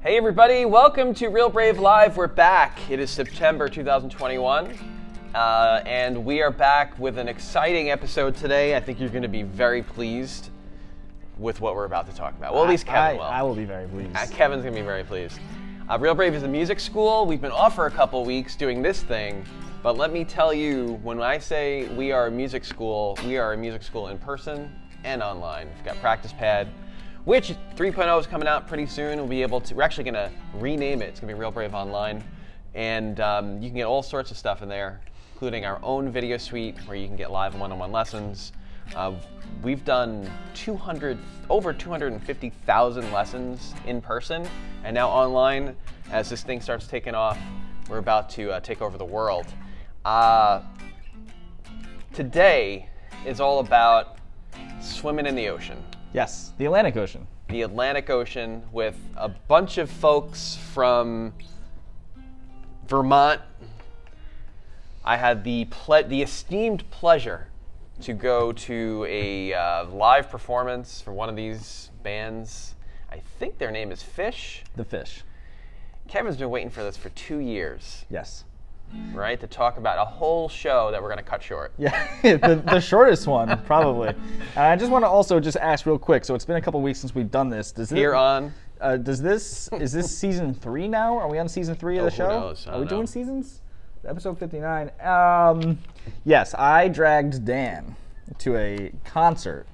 Hey everybody, welcome to Real Brave Live. We're back. It is September 2021, uh, and we are back with an exciting episode today. I think you're going to be very pleased with what we're about to talk about. Well, at least I, Kevin will. I will be very pleased. Uh, Kevin's gonna be very pleased. Uh, Real Brave is a music school. We've been off for a couple weeks doing this thing, but let me tell you, when I say we are a music school, we are a music school in person and online. We've got Practice Pad, which 3.0 is coming out pretty soon. We'll be able to. We're actually gonna rename it. It's gonna be Real Brave Online, and um, you can get all sorts of stuff in there, including our own video suite where you can get live one-on-one lessons. Uh, we've done 200, over 250,000 lessons in person, and now online, as this thing starts taking off, we're about to uh, take over the world. Uh, today is all about swimming in the ocean, yes, the Atlantic Ocean. the Atlantic Ocean, with a bunch of folks from Vermont. I had the ple- the esteemed pleasure to go to a uh, live performance for one of these bands. I think their name is Fish. The fish. Kevin's been waiting for this for two years, Yes. right? To talk about a whole show that we're going to cut short. Yeah, the, the shortest one probably. And I just want to also just ask real quick. So it's been a couple weeks since we've done this. Does this, Here on. uh, does this is this season three now? Are we on season three of the Oh, who show? knows? I Are don't we know. doing seasons? Episode fifty nine. Um, yes, I dragged Dan to a concert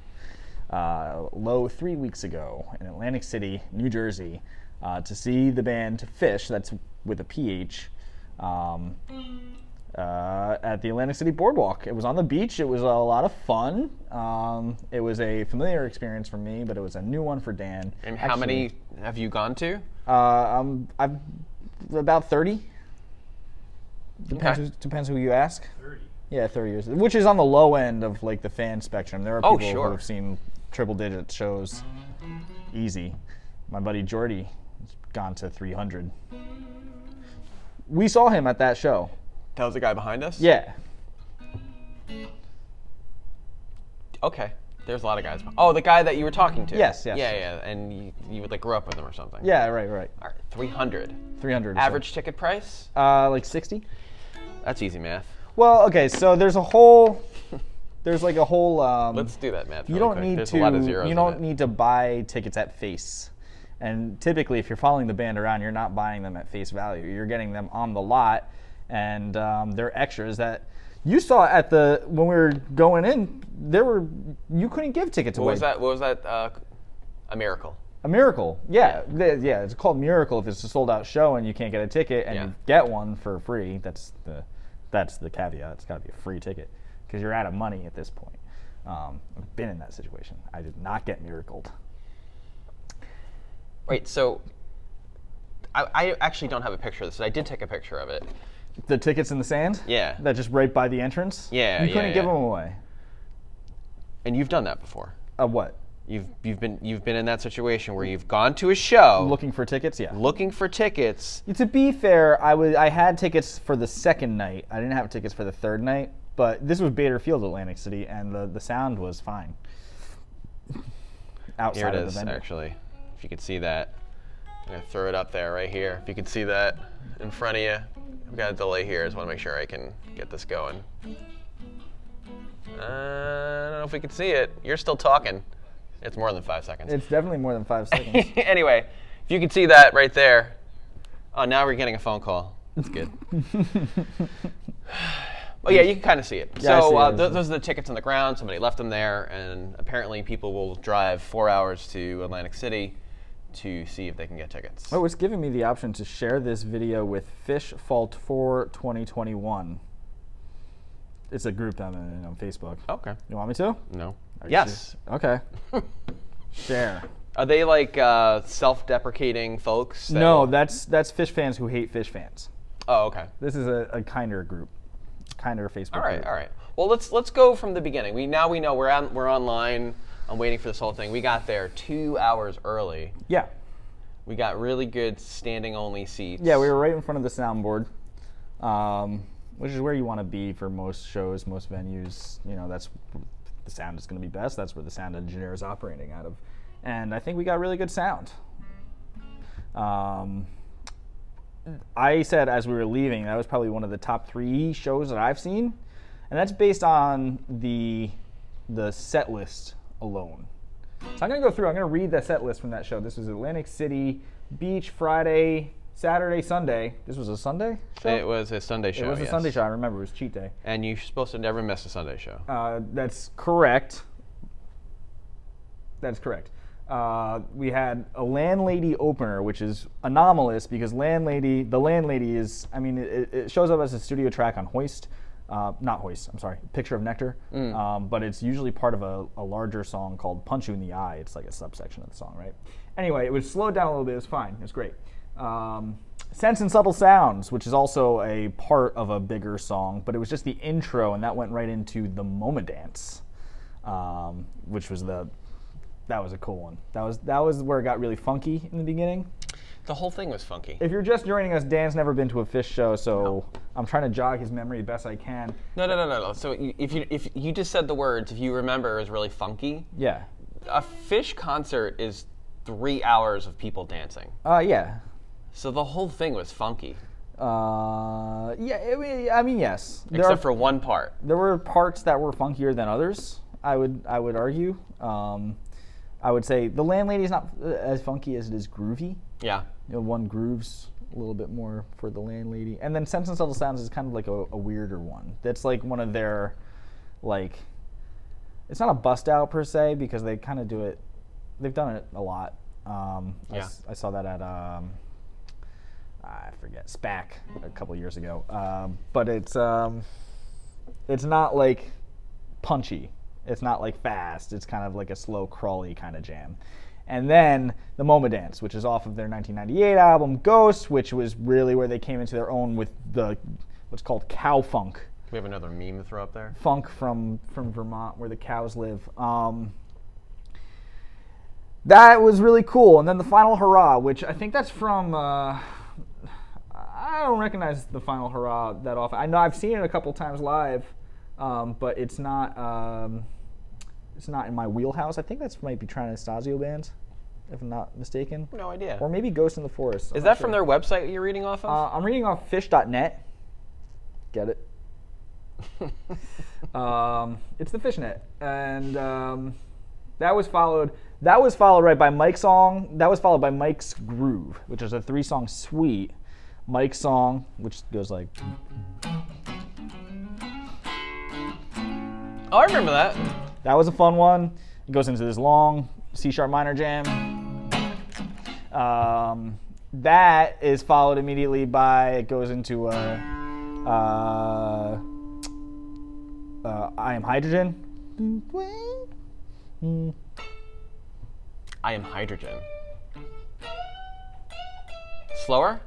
uh, low three weeks ago in Atlantic City, New Jersey, uh, to see the band Fish. That's with a PH. Um, uh, at the Atlantic City Boardwalk. It was on the beach. It was a lot of fun. Um, it was a familiar experience for me, but it was a new one for Dan. And how Actually, many have you gone to? uh, um, I've about thirty. Depends, Okay. who, depends who you ask. Thirty. Yeah, thirty years, which is on the low end of like the fan spectrum. There are Oh, people sure. who have seen triple digit shows, easy. My buddy Jordy has gone to three hundred. We saw him at that show. That was the guy behind us? Yeah. Okay. There's a lot of guys. Oh, the guy that you were talking to. Yes, yes, Yeah, yeah. And you, you would like grow up with him or something. Yeah. Right. Right. All right. 300. Three hundred. Average ticket price? Uh, like 60? That's easy math. Well, okay, so there's a whole, there's like a whole. Um, Let's do that math. you really don't quick. need Oh, There's to. a lot of zeros you in don't it. need to buy tickets at face. And typically, if you're following the band around, you're not buying them at face value. You're getting them on the lot, and um, they're extras that you saw at the when we were going in. There were you couldn't give tickets away. What was that? What was that? Uh, a miracle. A miracle. Yeah, th- yeah. It's called miracle if it's a sold out show and you can't get a ticket and Yeah. you get one for free. That's the that's the caveat. It's got to be a free ticket because you're out of money at this point. Um, I've been in that situation. I did not get miracled. Wait. So, I, I actually don't have a picture of this. but I did take a picture of it. The tickets in the sand. Yeah. That just right by the entrance. Yeah, You yeah, couldn't give yeah. them away. And you've done that before. Uh, what? You've you've been you've been in that situation where you've gone to a show Looking for tickets? Yeah. looking for tickets. To be fair, I was I had tickets for the second night. I didn't have tickets for the third night, but this was Bader Field, Atlantic City, and the, the sound was fine. Outside Here it of is, the venue. actually. If you could see that, I'm gonna throw it up there, right here. If you could see that in front of you, I've got a delay here. I just want to make sure I can get this going. Uh, I don't know if we can see it. You're still talking. It's more than five seconds. It's definitely more than five seconds. anyway, if you can see that right there. Oh, now we're getting a phone call. That's good. oh yeah, you can kind of see it. Yeah, I so see uh, it. tho- those are the tickets on the ground. Somebody left them there, and apparently people will drive four hours to Atlantic City to see if they can get tickets. oh, it's giving me the option to share this video with Fish Fault 4 2021. It's a group I'm in on Facebook. Okay. You want me to? No. Are you Yes. sure? Okay. share. Are they like uh, self-deprecating folks? that- No, that's that's Fish fans who hate Fish fans. Oh, okay. This is a, a kinder group, kinder Facebook. All right, group. all right. Well, let's let's go from the beginning. We now we know we're on, we're online. I'm waiting for this whole thing. We got there two hours early. Yeah. We got really good standing only seats. Yeah, we were right in front of the soundboard, um, which is where you want to be for most shows, most venues. You know, that's the sound is going to be best. That's where the sound engineer is operating out of. And I think we got really good sound. Um, I said as we were leaving, that was probably one of the top three shows that I've seen, and that's based on the the set list alone. So I'm gonna go through. I'm gonna read the set list from that show. This was Atlantic City Beach Friday, Saturday, Sunday. This was a Sunday show. It was a Sunday show. It was a Oh, yes. Sunday show. I remember it was cheat day. And you're supposed to never miss a Sunday show. Uh, that's correct. That's correct. Uh, we had a landlady opener, which is anomalous because landlady, the landlady is, I mean, it, it shows up as a studio track on Hoist, uh, not Hoist. I'm sorry, Picture of Nectar, um, but it's usually part of a, a larger song called Punch You in the Eye. It's like a subsection of the song, right? Anyway, it was slowed down a little bit. It was fine. It was great. Um, Sense and Subtle Sounds, which is also a part of a bigger song, but it was just the intro, and that went right into the MoMA dance, um, which was the that was a cool one. That was that was where it got really funky in the beginning. The whole thing was funky. If you're just joining us, Dan's never been to a fish show, so I'm trying to jog his memory the best I can. No, no, no, no, no. So you- if you if you just said the words, if you remember, it was really funky. Yeah. A fish concert is three hours of people dancing. Uh, yeah. So the whole thing was funky, Uh, yeah. I mean, I mean yes. There except are- for one part. there were parts that were funkier than others. I would I would argue. Um, I would say the landlady is not uh, as funky as it is groovy. Yeah. You know, one grooves a little bit more for the landlady, and then Sense and Subtle Sounds is kind of like a, a weirder one. That's like one of their like it's not a bust out per se because they kind of do it. They've done it a lot. Um, I, Yeah. s- I saw that at um, I forget SPAC a couple years ago. Um, but it's um, it's not like punchy. It's not like fast. It's kind of like a slow crawly kind of jam. And then the MoMA Dance, which is off of their 1998 album Ghost, which was really where they came into their own with the what's called cow funk We have another meme to throw up there. funk from from Vermont where the cows live. Um, that was really cool. And then the final hurrah, which I think that's from. Uh, I don't recognize the final hurrah that often. I know I've seen it a couple times live, um, but it's not um, it's not in my wheelhouse. I think that's might be Trying Anastasio bands, if I'm not mistaken, No idea. or maybe Ghost in the Forest. Is that from their website you're reading off of? Uh, I'm reading off fish.net. Get it? um, it's the fishnet, and um, that was followed. That was followed right by Mike's song. That was followed by Mike's groove, which is a three-song suite. Mike's song, which goes like, oh, I remember that. that was a fun one. It goes into this long C sharp minor jam. Um, that is followed immediately by it goes into a, uh, uh, I am hydrogen. I am hydrogen. Slower?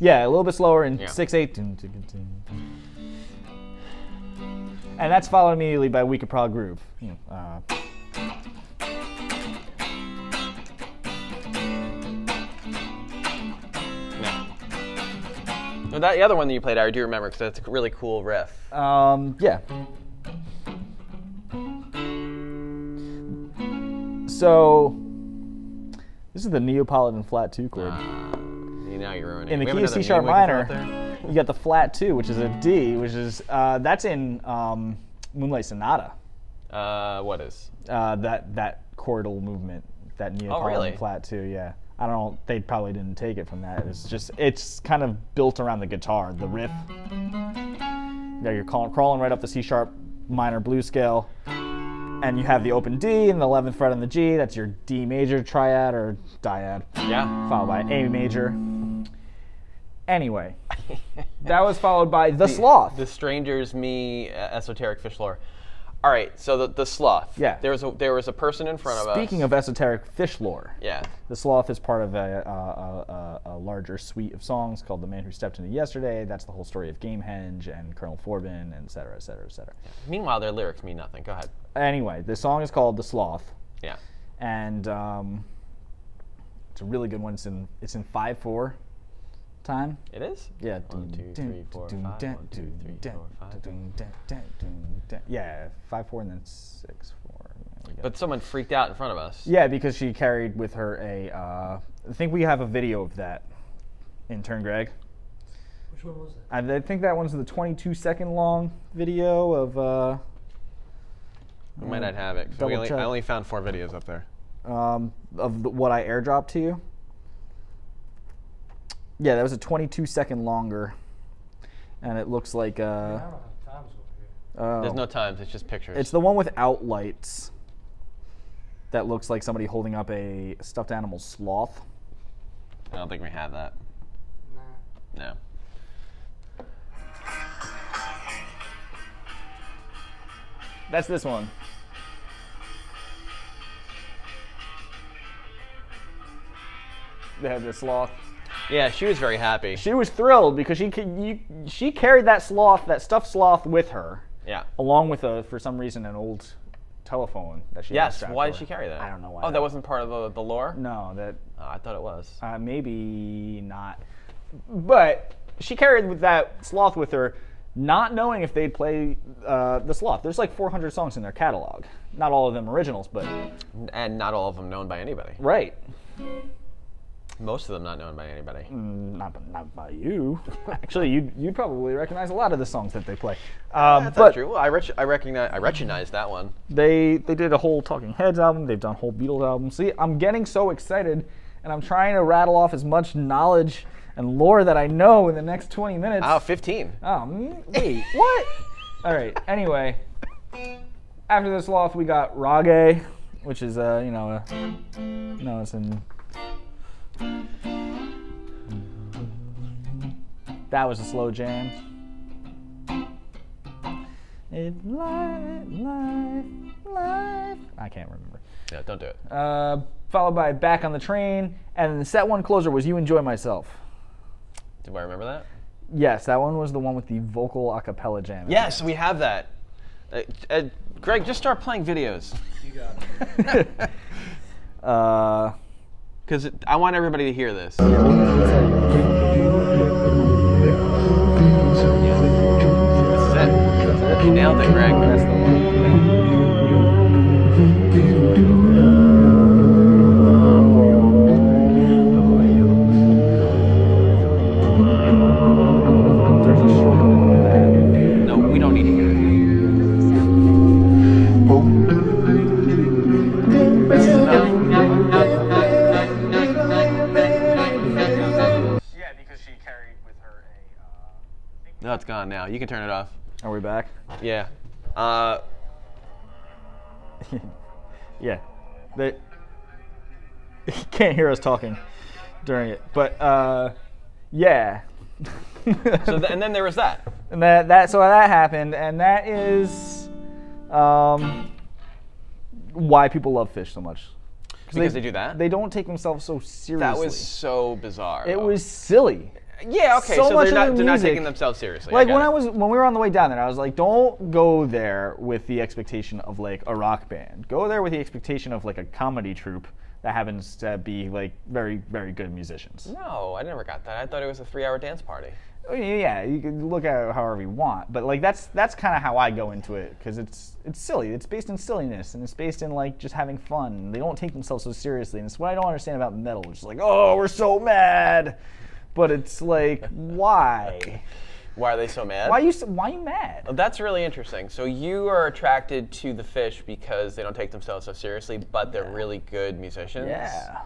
Yeah, a little bit slower in Yeah. six eight. Dun, dun, dun, dun. And that's followed immediately by We Could Probably Groove. You know, uh, No. No, that the other one that you played, I do remember because that's a really cool riff. Um, yeah. So this is the Neapolitan flat two chord. Uh, You know, you're ruining in it. the Ah. We key have of C another sharp meme we can throw up there? minor, you got the flat two, which is a D, which is uh, that's in um, Moonlight Sonata. Uh, what is? Uh, that that chordal movement, that Neapolitan really? flat two, yeah. I don't. They probably didn't take it from that. It's just it's kind of built around the guitar, the riff. Yeah, you're call, crawling right up the C sharp minor blues scale, and you have the open D and the 11th fret on the G. That's your D major triad or dyad, Yeah. followed by A major. Anyway, that was followed by the, sloth. The strangers, me, uh, esoteric fish lore. All right, so the, the sloth. Yeah. There was a, there was a person in front of us. Speaking of esoteric fish lore, Yeah. The Sloth is part of a, a, a, a- a larger suite of songs called The Man Who Stepped Into Yesterday. That's the whole story of Gamehenge and Colonel Forbin, and et cetera, et cetera, et cetera. Meanwhile, their lyrics mean nothing. Go ahead. Anyway, the song is called The Sloth, Yeah. and um, it's a really good one. It's in, it's in 5 4 time. It is? Yeah. One, two, three, four, five. One, two, three, four, five. Yeah, 5 4 and then 6 4. weekend. But someone freaked out in front of us. yeah, because she carried with her a. Uh, I think we have a video of that. Intern Greg. Which one was that? I, I think that one's the 22 second long video of. Uh, We might not have it. 'cause Double We only, check. I only found four videos up there. um, of the, what I airdropped to you. Yeah, that was a 22 second longer, and it looks like I uh, don't know how time's over here. oh. There's no times. It's just pictures. It's the one without lights that looks like somebody holding up a stuffed animal sloth. I don't think we have that. Nah. No. That's this one. They have the sloth. Yeah, she was very happy. She was thrilled because she ca- you, she carried that sloth, that stuffed sloth, with her, yeah. along with a for some reason an old telephone that she. had Yes. strapped Why to did she her. carry that? I don't know why. Mm. Oh, that wasn't part of the, the lore. No, that Oh, I thought it was. Uh, maybe not. But she carried with that sloth with her, not knowing if they'd play uh, the sloth. There's like 400 songs in their catalog. Not all of them originals, but and not all of them known by anybody. right. Most of them not known by anybody. Not, b- not by you. Actually, you'd, you'd probably recognize a lot of the songs that they play. Um, That's but not true. Well, I, rec- I recognize I recognize that one. They they did a whole Talking Heads album. They've done whole Beatles albums. See, I'm getting so excited, and I'm trying to rattle off as much knowledge and lore that I know in the next 20 minutes. Oh, 15. Oh, mm, wait, what? All right. Anyway, after this loft, we got Rage, which is uh, you know, a, no, it's in. That was a slow jam. It life, life, life. I can't remember. Yeah, don't do it. Uh, followed by Back on the Train, and the set one closer was You Enjoy Myself. Do I remember that? Yes, that one was the one with the vocal a cappella jam. Yes, we have that. Uh, uh, Greg, just start playing videos You got it. Uh, because I want everybody to hear this. That's it. That's it. You nailed it, Greg. that's the one. No, we don't need to hear it. Yeah, because she carried with her a. um, No, it's gone now. You can turn it off. Are we back? Yeah. Uh, Yeah. They can't hear us talking during it, but uh, yeah. so th- and then there was that. and that that so that happened, and that is um, why people love fish so much. Because they do that? They don't take themselves so seriously. That was Oh. so bizarre. It was silly. yeah okay. so So, much they're not of the they're not music- taking themselves seriously. Like got when I it. was when we were on the way down there, I was like, don't go there with the expectation of like a rock band. Go there with the expectation of like a comedy troupe that happens to be like very very good musicians. No, I never got that. I thought it was a three-hour dance party. I mean, Yeah, you can look at it however you want, but like that's that's kind of how I go into it because it's it's silly. It's based in silliness and it's based in like just having fun. They don't take themselves so seriously, and it's what I don't understand about metal. It's like oh we're so mad, but it's like why Why are they so mad? why you s- why you mad? That's really interesting. So you are attracted to the fish because they don't take themselves so seriously, but they're really good musicians. Oh, Yeah.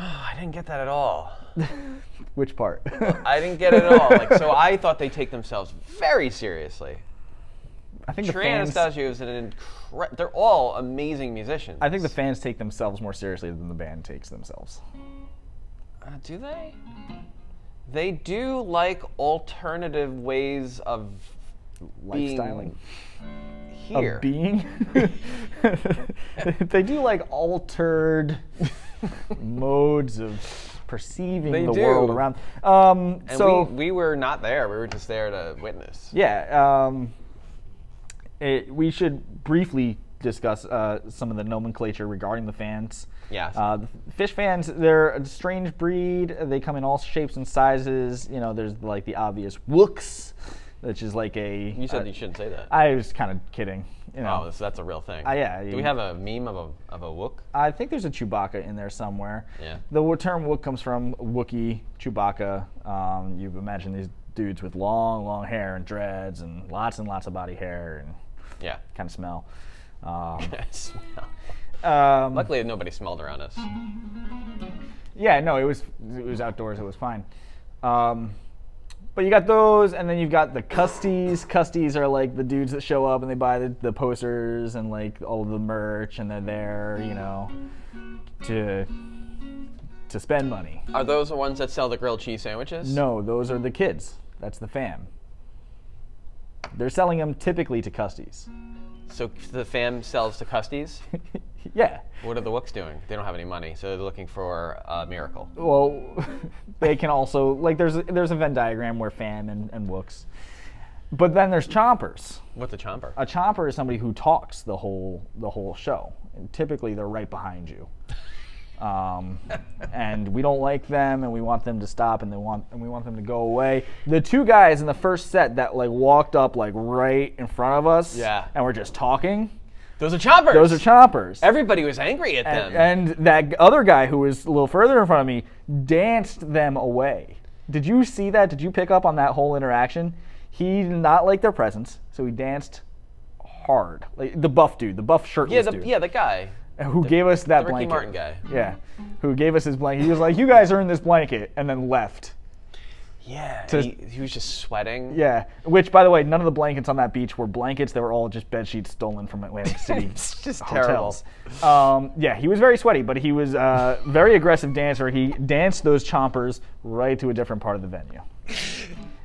I didn't get that at all. Which part? I didn't get it at all. Like so, I thought they take themselves very seriously. I think the Trey fans. Anastasio is an incre- They're all amazing musicians. I think the fans take themselves more seriously than the band takes themselves. Uh, do they? They do like alternative ways of being Lifestyling. here. Of being. they do like altered modes of perceiving They the do. world around. Um, and so we, we were not there. We were just there to witness. yeah, um, it, we should briefly discuss uh, some of the nomenclature regarding the fans. Yes. Uh, the fish fans, they're a strange breed. They come in all shapes and sizes. You know, there's like the obvious wooks, which is like a. You said uh, you shouldn't say that. I was kind of kidding. you know, Oh, this, that's a real thing. Ah, yeah, Do you- we have a meme of a of a Wook? I think there's a Chewbacca in there somewhere. Yeah. The wo- term Wook comes from Wookiee, Chewbacca. Um, you've imagined these dudes with long, long hair and dreads and lots and lots of body hair and Yeah. kind of smell. Um, Smell. um, Luckily, nobody smelled around us. yeah, no, it was it was outdoors. It was fine. Um, but you got those, and then you've got the custies. Custies are like the dudes that show up and they buy the, the posters and like all the merch, and they're there, you know, to to spend money. Are those the ones that sell the grilled cheese sandwiches? No, those are the kids. That's the fam. They're selling them typically to custies. So the fam sells to Custies. yeah. What are the Wooks doing? They don't have any money, so they're looking for a miracle. Well, they can also like there's there's a Venn diagram where fam and, and wooks, but then there's chompers. What's a chomper? A chomper is somebody who talks the whole the whole show. And typically, they're right behind you, um, and we don't like them, and we want them to stop, and they want and we want them to go away. The two guys in the first set that like walked up like right in front of us, Yeah. and we're just talking. Those are chompers. Those are chompers. Everybody was angry at them. and, and that g- other guy who was a little further in front of me danced them away. Did you see that? Did you pick up on that whole interaction? He did not like their presence, so he danced hard. Like the buff dude, the buff shirtless yeah, the, dude, yeah, the guy, who gave us that the Ricky blanket. Martin guy. Yeah, who gave us his blanket. He was like, "You guys are in this blanket," and then left. Yeah. To- he, he was just sweating. Yeah, which by the way, none of the blankets on that beach were blankets. They were all just bed sheets stolen from Atlantic City It's just hotels. Um, yeah, he was very sweaty, but he was a very aggressive dancer. He danced those chompers right to a different part of the venue.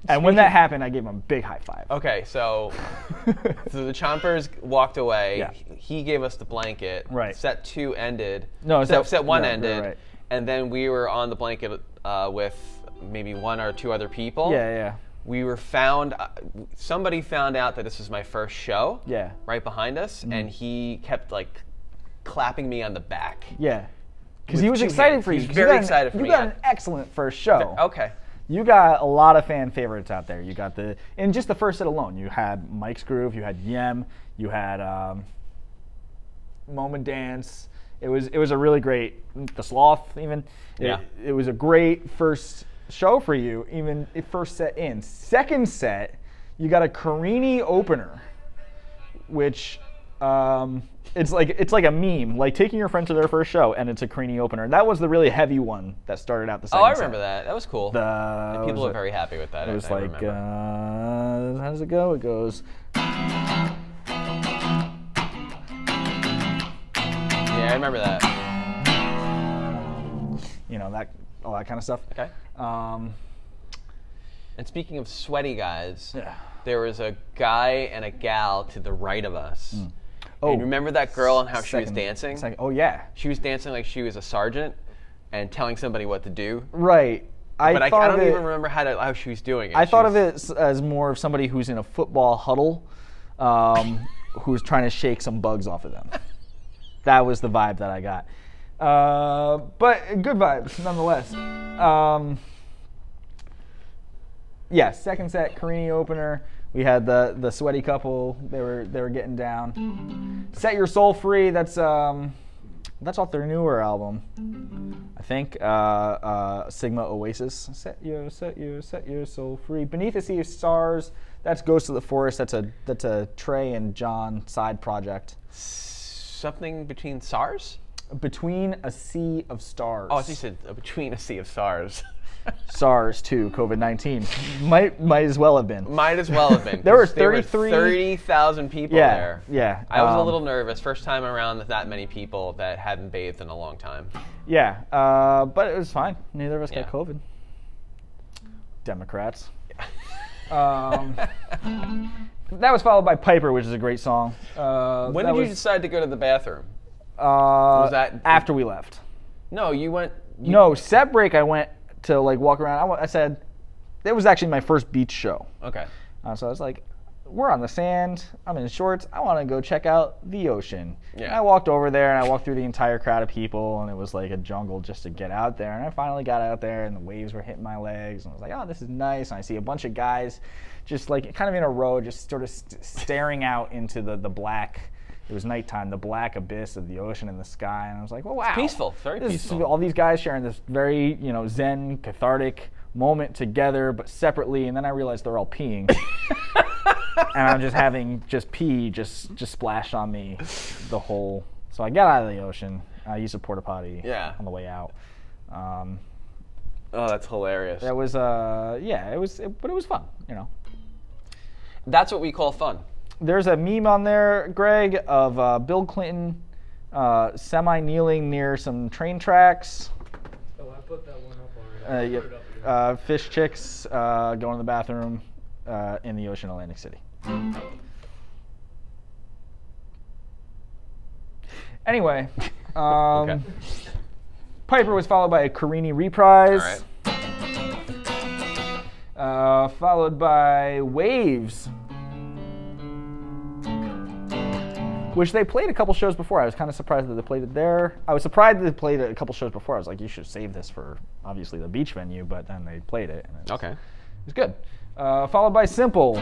And when that happened, I gave him a big high five. Okay, so so the chompers walked away. Yeah. He gave us the blanket. Right. Set two ended. No, set, set- set one no, you're ended, right. and then we were on the blanket uh, with maybe one or two other people. Yeah, yeah, We were found. Uh, somebody found out that this was my first show. yeah, Mm-hmm. Right behind us, and he kept like clapping me on the back. yeah. Because With he was two excited hands. for you. He was 'cause you very got an- excited for You me. got an excellent first show. Okay. You got a lot of fan favorites out there. You got the in just the first set alone. You had Mike's Groove. You had Yem. You had um, Moment Dance. It was it was a really great the Sloth even. It- Yeah. It, was a great first show for you. Even it first set in second set, you got a Carini opener, which. Um, it's like it's like a meme, like taking your friend to their first show, and it's a Carini opener. That was the really heavy one that started out the Oh, second. I set. remember that. That was cool. The what People was are it? very happy with that. It I- was I like, uh, remember. how does it go? It goes, yeah, I remember that. you know, that all that kind of stuff. Okay. Um, And speaking of sweaty guys, Yeah. there was a guy and a gal to the right of us. Oh, and remember that girl and how she was second- dancing? second- oh yeah, She was dancing like she was a sergeant and telling somebody what to do. right. I But I, I thought don't of it, even remember how, to, how she was doing it. I She thought was- of it s- as more of somebody who's in a football huddle, um, who's trying to shake some bugs off of them. That was the vibe that I got. Uh, but good vibes nonetheless. Um, yeah, second set, Carini opener. We had the the sweaty couple. They were they were getting down. Set your soul free. That's um, that's off their newer album. I think uh, uh, Sigma Oasis. Set your, set your, set your soul free. Beneath a Sea of Stars. That's Ghost of the Forest. That's a that's a Trey and John side project. something between SARS? Between a Sea of Stars. Oh, I thought you said uh, between a sea of SARS. SARS too. COVID nineteen. might might as well have been. Might as well have been. There were 'cause 33 30,000 people Yeah, there. yeah, I was a um, little nervous. First time around with that many people that hadn't bathed in a long time. Yeah, uh, but it was fine. Neither of us Yeah. got COVID. Democrats. um, that was followed by Piper, which is a great song. Uh, When that did you was, decide to go to the bathroom? Uh, that- after we left? No, you went. You, No, set break. I went to like walk around. I, wa- I said, that was actually my first beach show. Okay. Uh, so I was like, we're on the sand. I'm in shorts. I want to go check out the ocean. Yeah. And I walked over there and I walked through the entire crowd of people and it was like a jungle just to get out there. And I finally got out there and the waves were hitting my legs and I was like, oh, this is nice. And I see a bunch of guys just like kind of in a row, just sort of st- staring out into the, the black. It was nighttime, the black abyss of the ocean and the sky, and I was like, "Well, wow, peaceful. It's very This is peaceful. all these guys sharing this very you know zen cathartic moment together but separately and then i realized they're all peeing and i'm just having just pee just just splash on me the whole so i got out of the ocean i used a porta potty Yeah. on the way out um, Oh, that's hilarious. that was uh yeah it was it, but it was fun you know That's what we call fun. there's a meme on there, Greg, of uh, Bill Clinton uh, semi kneeling near some train tracks. Oh, I put that one up Uh, already. I yep. put it up again. uh, fish chicks uh, going to the bathroom uh, in the ocean, Atlantic City. Anyway, um, Okay. Piper was followed by a Carini reprise, All right. uh, followed by Waves, which they played a couple shows before. I was kind of surprised that they played it there. I was surprised that they played it a couple shows before. I was like, you should save this for obviously the beach venue, but then they played it. And it was- Okay. it was good. Uh, followed by Simple,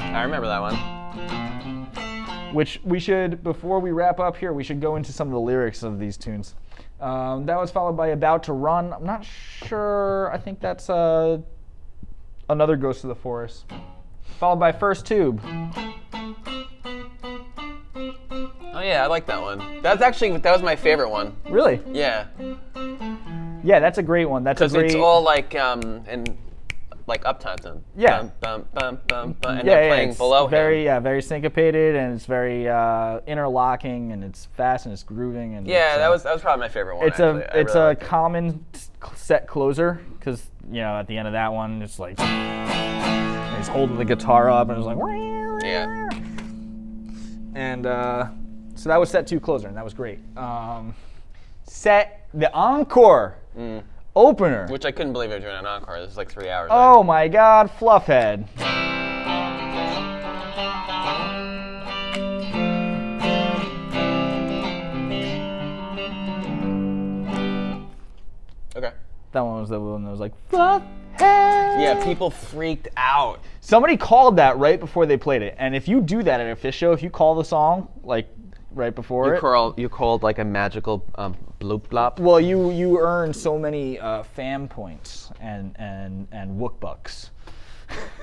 I remember that one. which we should, before we wrap up here, we should go into some of the lyrics of these tunes. Um, that was followed by About to Run. I'm not sure. I think that's uh, another Ghost of the Forest. Followed by First Tube. Oh yeah, I like that one. That's actually that was my favorite one. Really? Yeah, Yeah, that's a great one. That's a because great. it's all like um and like up tempo. Yeah. Bum, bum, bum, bum, bum, and yeah, they're yeah, playing it's below very him. yeah, very syncopated and it's very uh, interlocking and it's fast and it's grooving and Yeah, it's, that uh, was that was probably my favorite one. it's actually. a I it's really a liked it. common s- set closer because you know at the end of that one it's like he's holding the guitar up and it's like Yeah. and uh, so that was set two closer and that was great. Um, set the encore opener. Mm. Which I couldn't believe they were doing an encore. This is like three hours. oh my God, Fluffhead. Okay. That one was the one that was like Fluffhead. Yeah, people freaked out. Somebody called that right before they played it, and if you do that at a fish show, if you call the song like right before it, called you called like a magical um, bloop blop. Well, you you earn so many uh, fam points and and and wook bucks.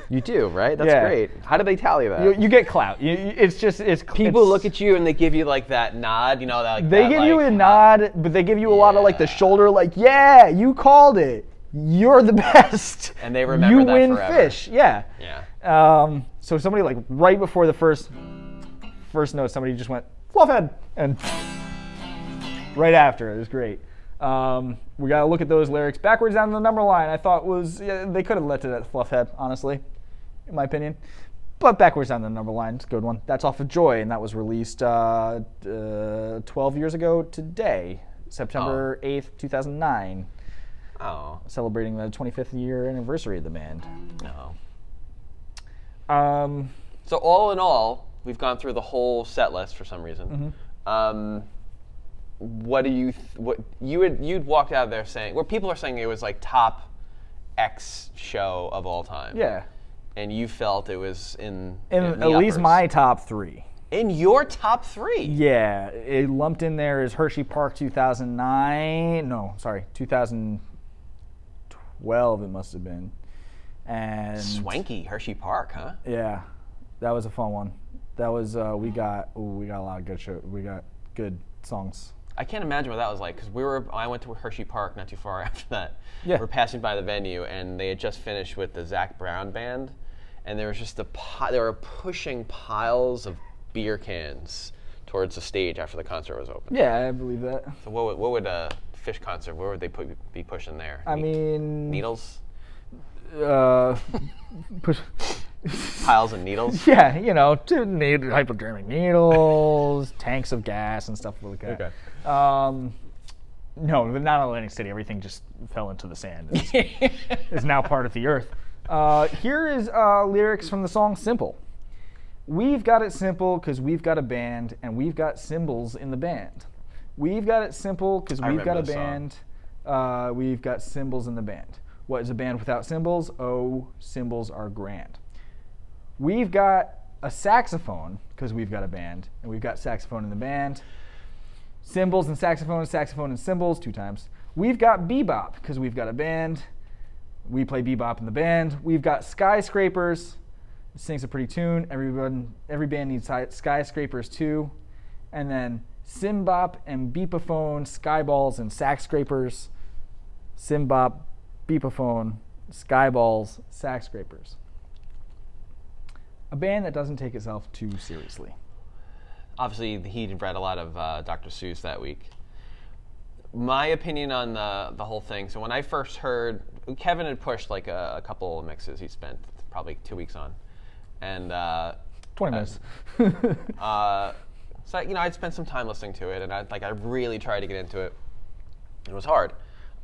You do right. That's Yeah. How do they tally that? You, you get clout. You, you- it's just it's people look at you and they give you like that nod. You know that. Like, They that, give you like, uh, a nod, but they give you a lot of like the Yeah. shoulder, like yeah, you called it. You're the best. And they remember you that win forever. fish. Yeah. Yeah. Um, so somebody like right before the first first note, somebody just went fluffhead and right after it was great. Um, we gotta look at those lyrics backwards down the number line. I thought was yeah, they could have left it at fluffhead, honestly, in my opinion. But backwards down the number line, it's a good one. That's off of Joy, and that was released uh, uh, 12 years ago today, September 8th, 2009, Oh celebrating the 25th year anniversary of the band. no. Um, So all in all, we've gone through the whole set list for some reason. Mm-hmm. Um, what do you? Th- what you would you'd walked out of there saying? Where people are saying it was like top X show of all time. yeah. And you felt it was in in, in at the least uppers. my top three. in your top three. Yeah, it lumped in there is Hershey Park 2009. No, sorry, 2012. It must have been. And Swanky Hershey Park, huh? yeah, that was a fun one. That was uh, we got ooh, we got a lot of good show. We got good songs. I can't imagine what that was like because we were. I went to Hershey Park not too far after that. Yeah. We're passing by the venue and they had just finished with the Zach Brown band, and there was just a pi- they were pushing piles of beer cans towards the stage after the concert was open. Yeah, I believe that. So what would, what would a fish concert? What would they put, be pushing there? I Ne- mean, needles, Uh, push. piles of needles. Yeah, you know, to need hypodermic needles, tanks of gas, and stuff like that. Okay. Um, no, but not Atlantic City. Everything just fell into the sand. It's, it's now part of the earth. Uh, here is uh, lyrics from the song Simple. We've got it simple because we've got a band and we've got cymbals in the band. We've got it simple because I we've got a remember the song. band. Uh, we've got cymbals in the band. What is a band without cymbals? Oh, cymbals are grand. We've got a saxophone because we've got a band and we've got saxophone in the band. Cymbals and saxophone, saxophone and cymbals, two times. We've got bebop because we've got a band. We play bebop in the band. We've got skyscrapers. It sings a pretty tune. Everyone, every band needs si- skyscrapers too. And then simbop and beepophone, skyballs and sax scrapers. Simbop, beepophone, skyballs, sax scrapers. A band that doesn't take itself too seriously. obviously he read a lot of uh, Dr. Seuss that week. My opinion on the the whole thing. So when I first heard Kevin had pushed like a, a couple of mixes, he spent probably two weeks on, and uh, 20 minutes. uh, so you know I'd spent some time listening to it, and I like I really tried to get into it. It was hard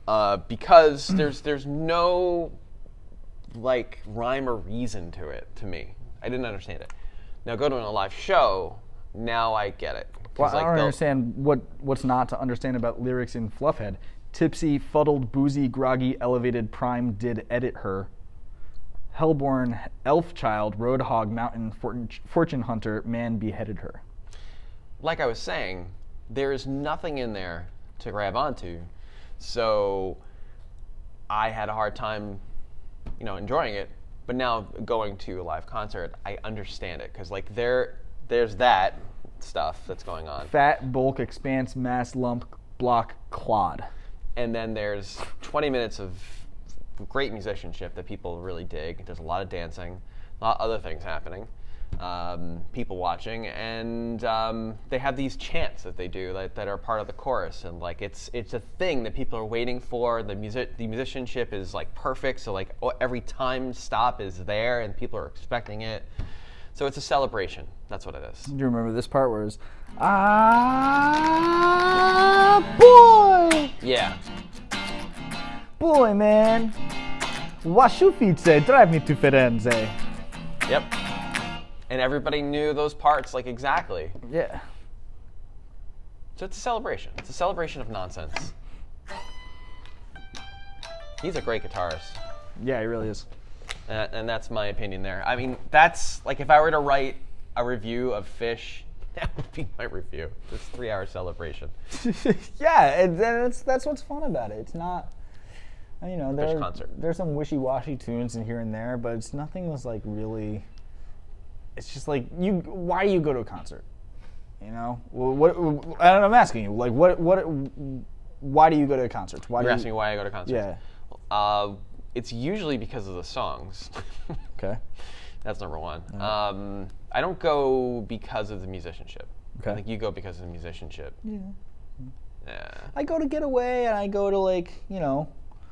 uh, because Mm. there's there's no like rhyme or reason to it to me. I didn't understand it. Now go to a live show. Now I get it. 'Cause, well, like, I don't they'll- understand what, what's not to understand about lyrics in Fluffhead. Tipsy, fuddled, boozy, groggy, elevated, prime, did edit her. Hellborn, elf child, roadhog, mountain, fortune, fortune hunter, man beheaded her. like I was saying, there is nothing in there to grab onto. So I had a hard time, you know, enjoying it. But now going to a live concert, I understand it because like there, there's that stuff that's going on, Fat, bulk, expanse, mass, lump, block, clod. and then there's 20 minutes of great musicianship that people really dig. There's a lot of dancing, a lot of other things happening. Um, people watching, and um, they have these chants that they do that, that are part of the chorus, and like it's it's a thing that people are waiting for. The music, the musicianship is like perfect, so like o- every time stop is there, and people are expecting it. So it's a celebration. That's what it is. Do you remember this part where it's Ah boy Yeah, boy man Wash your feet say drive me to Firenze. yep. And everybody knew those parts like exactly. Yeah. So it's a celebration. It's a celebration of nonsense. He's a great guitarist. Yeah, it really is. And, and that's my opinion there. I mean, that's like if I were to write a review of Fish, that would be my review. This three hour celebration. yeah, and that's that's what's fun about it. It's not you know, Fish there are, concert. there's some wishy-washy tunes in here and there, but it's nothing was like really it's just like you why do you go to a concert? You know? Well, what I don't know, I'm asking you. Like what what why do you go to concerts? Why You're do asking me you, why I go to concerts. Yeah. Uh, it's usually because of the songs. Okay. That's number one. Mm-hmm. Um, I don't go because of the musicianship. Okay. Like you go because of the musicianship. Yeah. Yeah. I go to get away and I go to like, you know,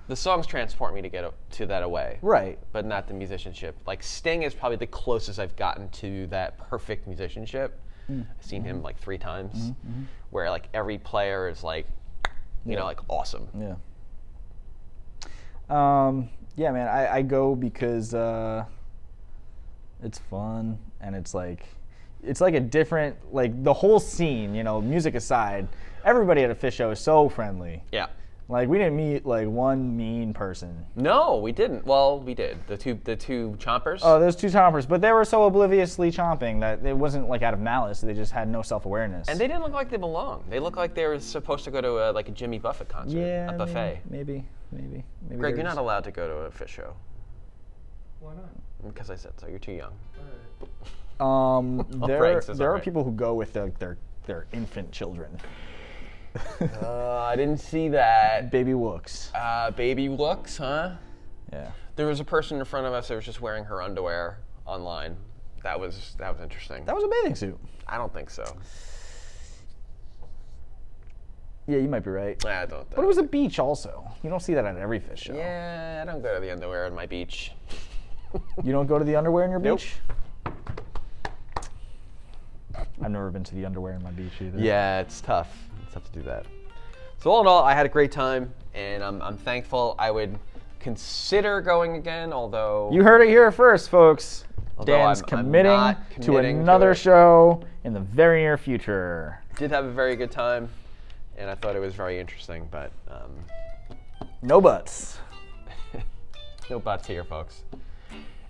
The songs transport me to get o- to that away. right. but not the musicianship. Like Sting is probably the closest I've gotten to that perfect musicianship. Mm. I've seen Mm-hmm. him like three times, where like every player is like, you know, like awesome. Yeah. Um, yeah, man, I, I go because uh, it's fun and it's like it's like a different like the whole scene, you know, music aside, everybody at a fish show is so friendly. Yeah. Like we didn't meet like one mean person. No, we didn't. Well, we did. The two, the two chompers. Oh, those two chompers, but they were so obliviously chomping that it wasn't like out of malice. They just had no self awareness. and they didn't look like they belonged. They looked like they were supposed to go to a, like a Jimmy Buffett concert, yeah, a buffet. Maybe, maybe, maybe. maybe Greg, they you're were not allowed to go to a fish show Why not? because I said so. You're too young. Alright. Um, there, Frank's is there are alright. people who go with their their, their infant children. Uh, I didn't see that. Baby looks. Uh, baby looks, huh? Yeah. There was a person in front of us that was just wearing her underwear online. That was that was interesting. That was a bathing suit. I don't think so. Yeah, you might be right. I don't. But it was a beach also. You don't see that at every fish show. yeah, I don't go to the underwear on my beach. You don't go to the underwear in your Nope. beach? I've never been to the underwear in my beach either. Yeah, it's tough. It's tough to do that. So all in all, I had a great time, and I'm, I'm thankful. I would consider going again, although You heard it here first, folks. Although Dan's I'm- I'm committing, not committing to to another it. show in the very near future. did have a very good time, and I thought it was very interesting. But um, No buts. no buts here, folks.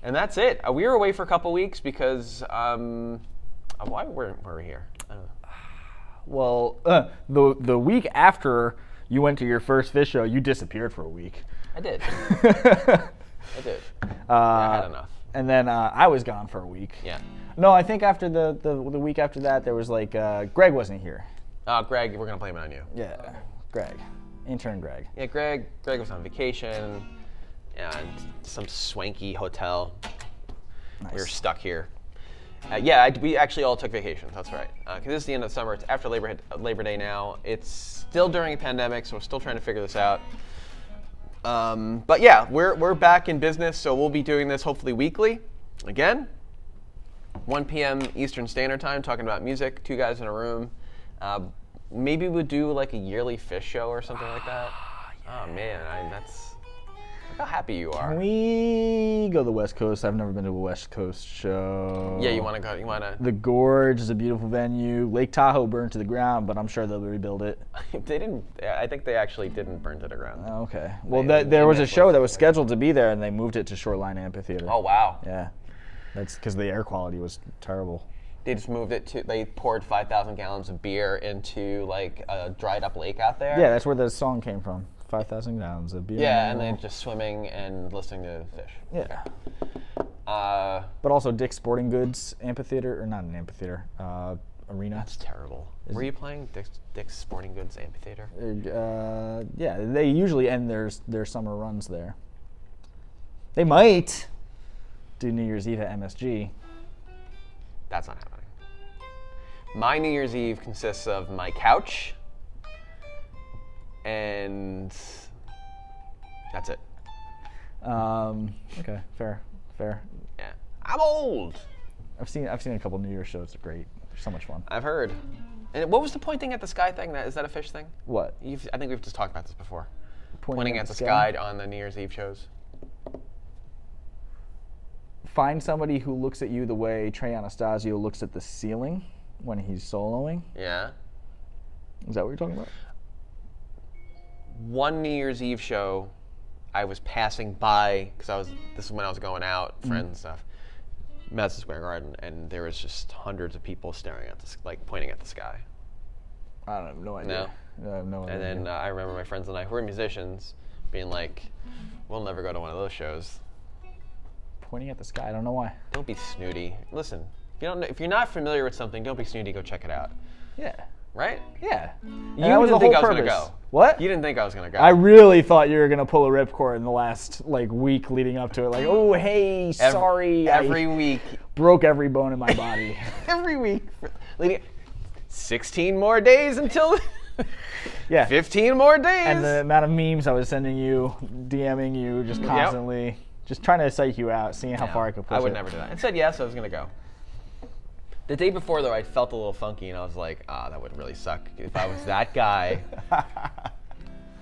And that's it. Uh, we were away for a couple weeks because um, uh, why weren't we here? I don't know. Well, uh, the the week after you went to your first fish show, you disappeared for a week. I did. I did. I had Uh, enough. and then uh, I was gone for a week. Yeah. No, I think after the, the the week after that, there was like uh, Greg wasn't here. Uh, Greg, we're gonna blame it on you. Yeah, Greg, intern Greg. Yeah, Greg. Greg was on vacation, and some swanky hotel. Nice. We were stuck here. Uh, yeah, I, we actually all took vacations. That's right. Because this is the end of the summer. It's after Labor Labor Day now. It's still during a pandemic, so we're still trying to figure this out. Um, but yeah, we're we're back in business, so we'll be doing this hopefully weekly, again. 1 p.m. Eastern Standard Time, talking about music. Two guys in a room. Uh, maybe we'll do like a yearly fish show or something like that. Oh man, I, that's look how happy you are. we go to the West Coast. I've never been to a West Coast show. yeah, you want to go? You want to? The Gorge is a beautiful venue. Lake Tahoe burned to the ground, but I'm sure they'll rebuild it. they didn't. I think they actually didn't burn to the ground. Okay. Well, They- that, there they was a made show one that was somewhere. scheduled to be there, and they moved it to Shoreline Amphitheater. Oh wow! Yeah. That's because the air quality was terrible. They just moved it to. They poured five thousand gallons of beer into like a dried up lake out there. Yeah, that's where the song came from. Five thousand gallons of beer. Yeah, and then just swimming and listening to fish. Yeah. Uh, But also Dick's Sporting Goods amphitheater, or not an amphitheater, uh, arena. that's terrible. Were you playing Dick's, Dick's Sporting Goods Amphitheater? Uh, yeah, they usually end their their summer runs there. They might do New Year's Eve at MSG. That's not happening. My New Year's Eve consists of my couch and that's it. Um, okay, fair, fair. Yeah. I'm old. I've seen I've seen a couple New Year's shows. They're great. They're so much fun. I've heard. And what was the pointing at the sky thing? That is that a fish thing? What? You've, I think we've just talked about this before. Pointing at the sky on the New Year's Eve shows. Find somebody who looks at you the way Trey Anastasio looks at the ceiling when he's soloing. Yeah. Is that what you're talking about? one New Year's Eve show, I was passing by because I was. This is when I was going out, friends and stuff. Madison Square Garden, and there was just hundreds of people staring at this, like pointing at the sky. I don't have no idea. No. I have no idea. And then uh, I remember my friends and I, who are musicians, being like, "We'll never go to one of those shows. pointing at the sky. I don't know why. Don't be snooty. Listen, if you don't, know, if you're not familiar with something, don't be snooty. Go check it out. Yeah. Right? Yeah. You didn't think I was gonna go. What? You didn't think I was gonna go. I really thought you were gonna pull a ripcord in the last like week leading up to it. Like, oh hey, Ev- sorry, Every I week, broke every bone in my body. every week. for- leading- 16 more days until. Yeah. 15 more days. and the amount of memes I was sending you, DMing you, just constantly, just trying to psych you out, seeing how far I could push I would it. never do that. I said yes, I was going to go. The day before, though, I felt a little funky and I was like, ah, that would really suck if I was that guy.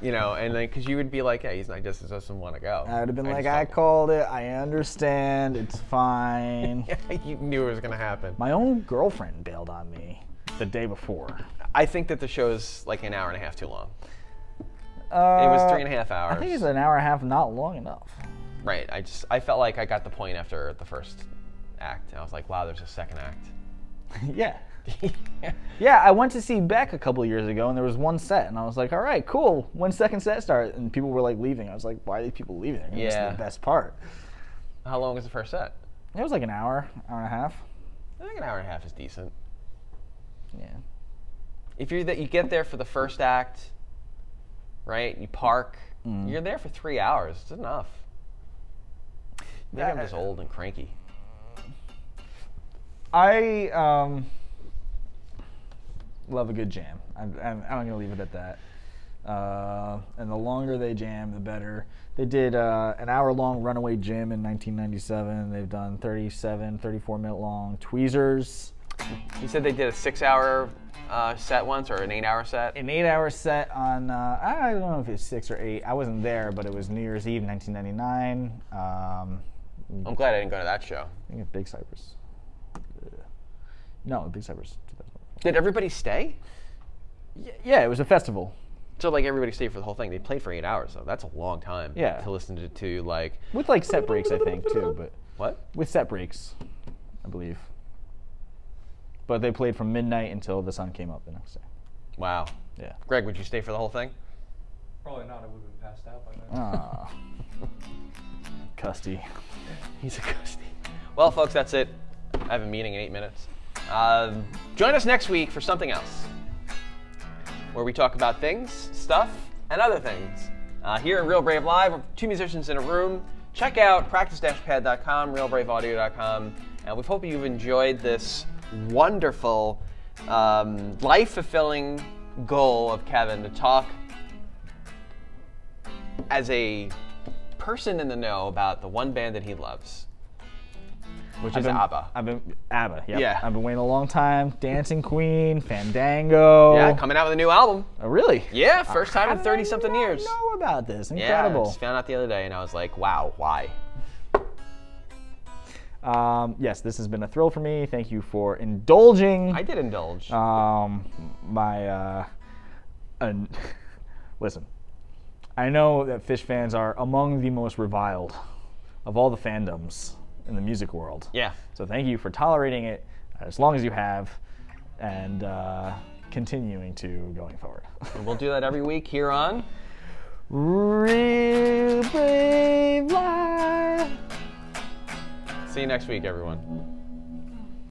you know, and then because you would be like, yeah, he's not just doesn't want to go. I would have been like, just I felt- called it. I understand. It's fine. you knew it was going to happen. My own girlfriend bailed on me the day before. I think that the show's like an hour and a half too long. Uh, It was three and a half hours. I think it's an hour and a half, not long enough. Right. I just I felt like I got the point after the first act. I was like, wow, there's a second act. yeah. Yeah, I went to see Beck a couple years ago, and there was one set, and I was like, "All right, cool. When second set start?" And people were like leaving. I was like, "Why are these people leaving? They're missing Yeah. the best part." How long is the first set? It was like an hour, hour and a half. I think an hour and a half is decent. Yeah. If you're that you get there for the first act, right? You park. Mm-hmm. You're there for three hours. It's enough. Maybe I'm just old and cranky. I um, love a good jam. I'm, I'm, I'm gonna leave it at that. Uh, and the longer they jam, the better. They did uh, an hour-long Runaway Jam in 1997. They've done 37, 34-minute long tweezers. You said they did a six-hour uh, set once, or an eight-hour set. an eight-hour set on uh, I don't know if it's six or eight. I wasn't there, but it was New Year's Eve, 1999. Um, I'm glad I didn't go to that show. I think it's Big Cypress. Uh, No, Big Cypress. 2004. Did everybody stay? Y- Yeah, it was a festival. So like everybody stayed for the whole thing. They played for eight hours, so that's a long time. Yeah. To listen to, to like With like set breaks, I think too, but what? with set breaks, I believe. But they played from midnight until the sun came up the next day. Wow. Yeah. Greg, would you stay for the whole thing? Probably not. I would have been passed out by then. Ah. Custy. He's a ghosty. Well, folks, that's it. I have a meeting in eight minutes. Um, join us next week for something else, where we talk about things, stuff, and other things. Uh, here at Real Brave Live, we're two musicians in a room. Check out practice-pad.com, realbraveaudio.com, and we hope you've enjoyed this wonderful, um, life-fulfilling goal of Kevin to talk as a person in the know about the one band that he loves. Which As I've been, ABBA. I've been ABBA. Yep. Yeah. I've been waiting a long time. Dancing Queen, Fandango. Yeah, coming out with a new album. Oh, really? Yeah, first time in How did I 30 something not years. Know about this? Yeah, I Incredible. just found out the other day and I was like, wow, why? Um, yes, this has been a thrill for me. Thank you for indulging I did indulge. um, my. Uh, an- Listen, I know that fish fans are among the most reviled of all the fandoms in the music world. yeah. So thank you for tolerating it as long as you have, and uh, continuing to going forward. And we'll do that every week here on. Real brave life. See you next week, everyone.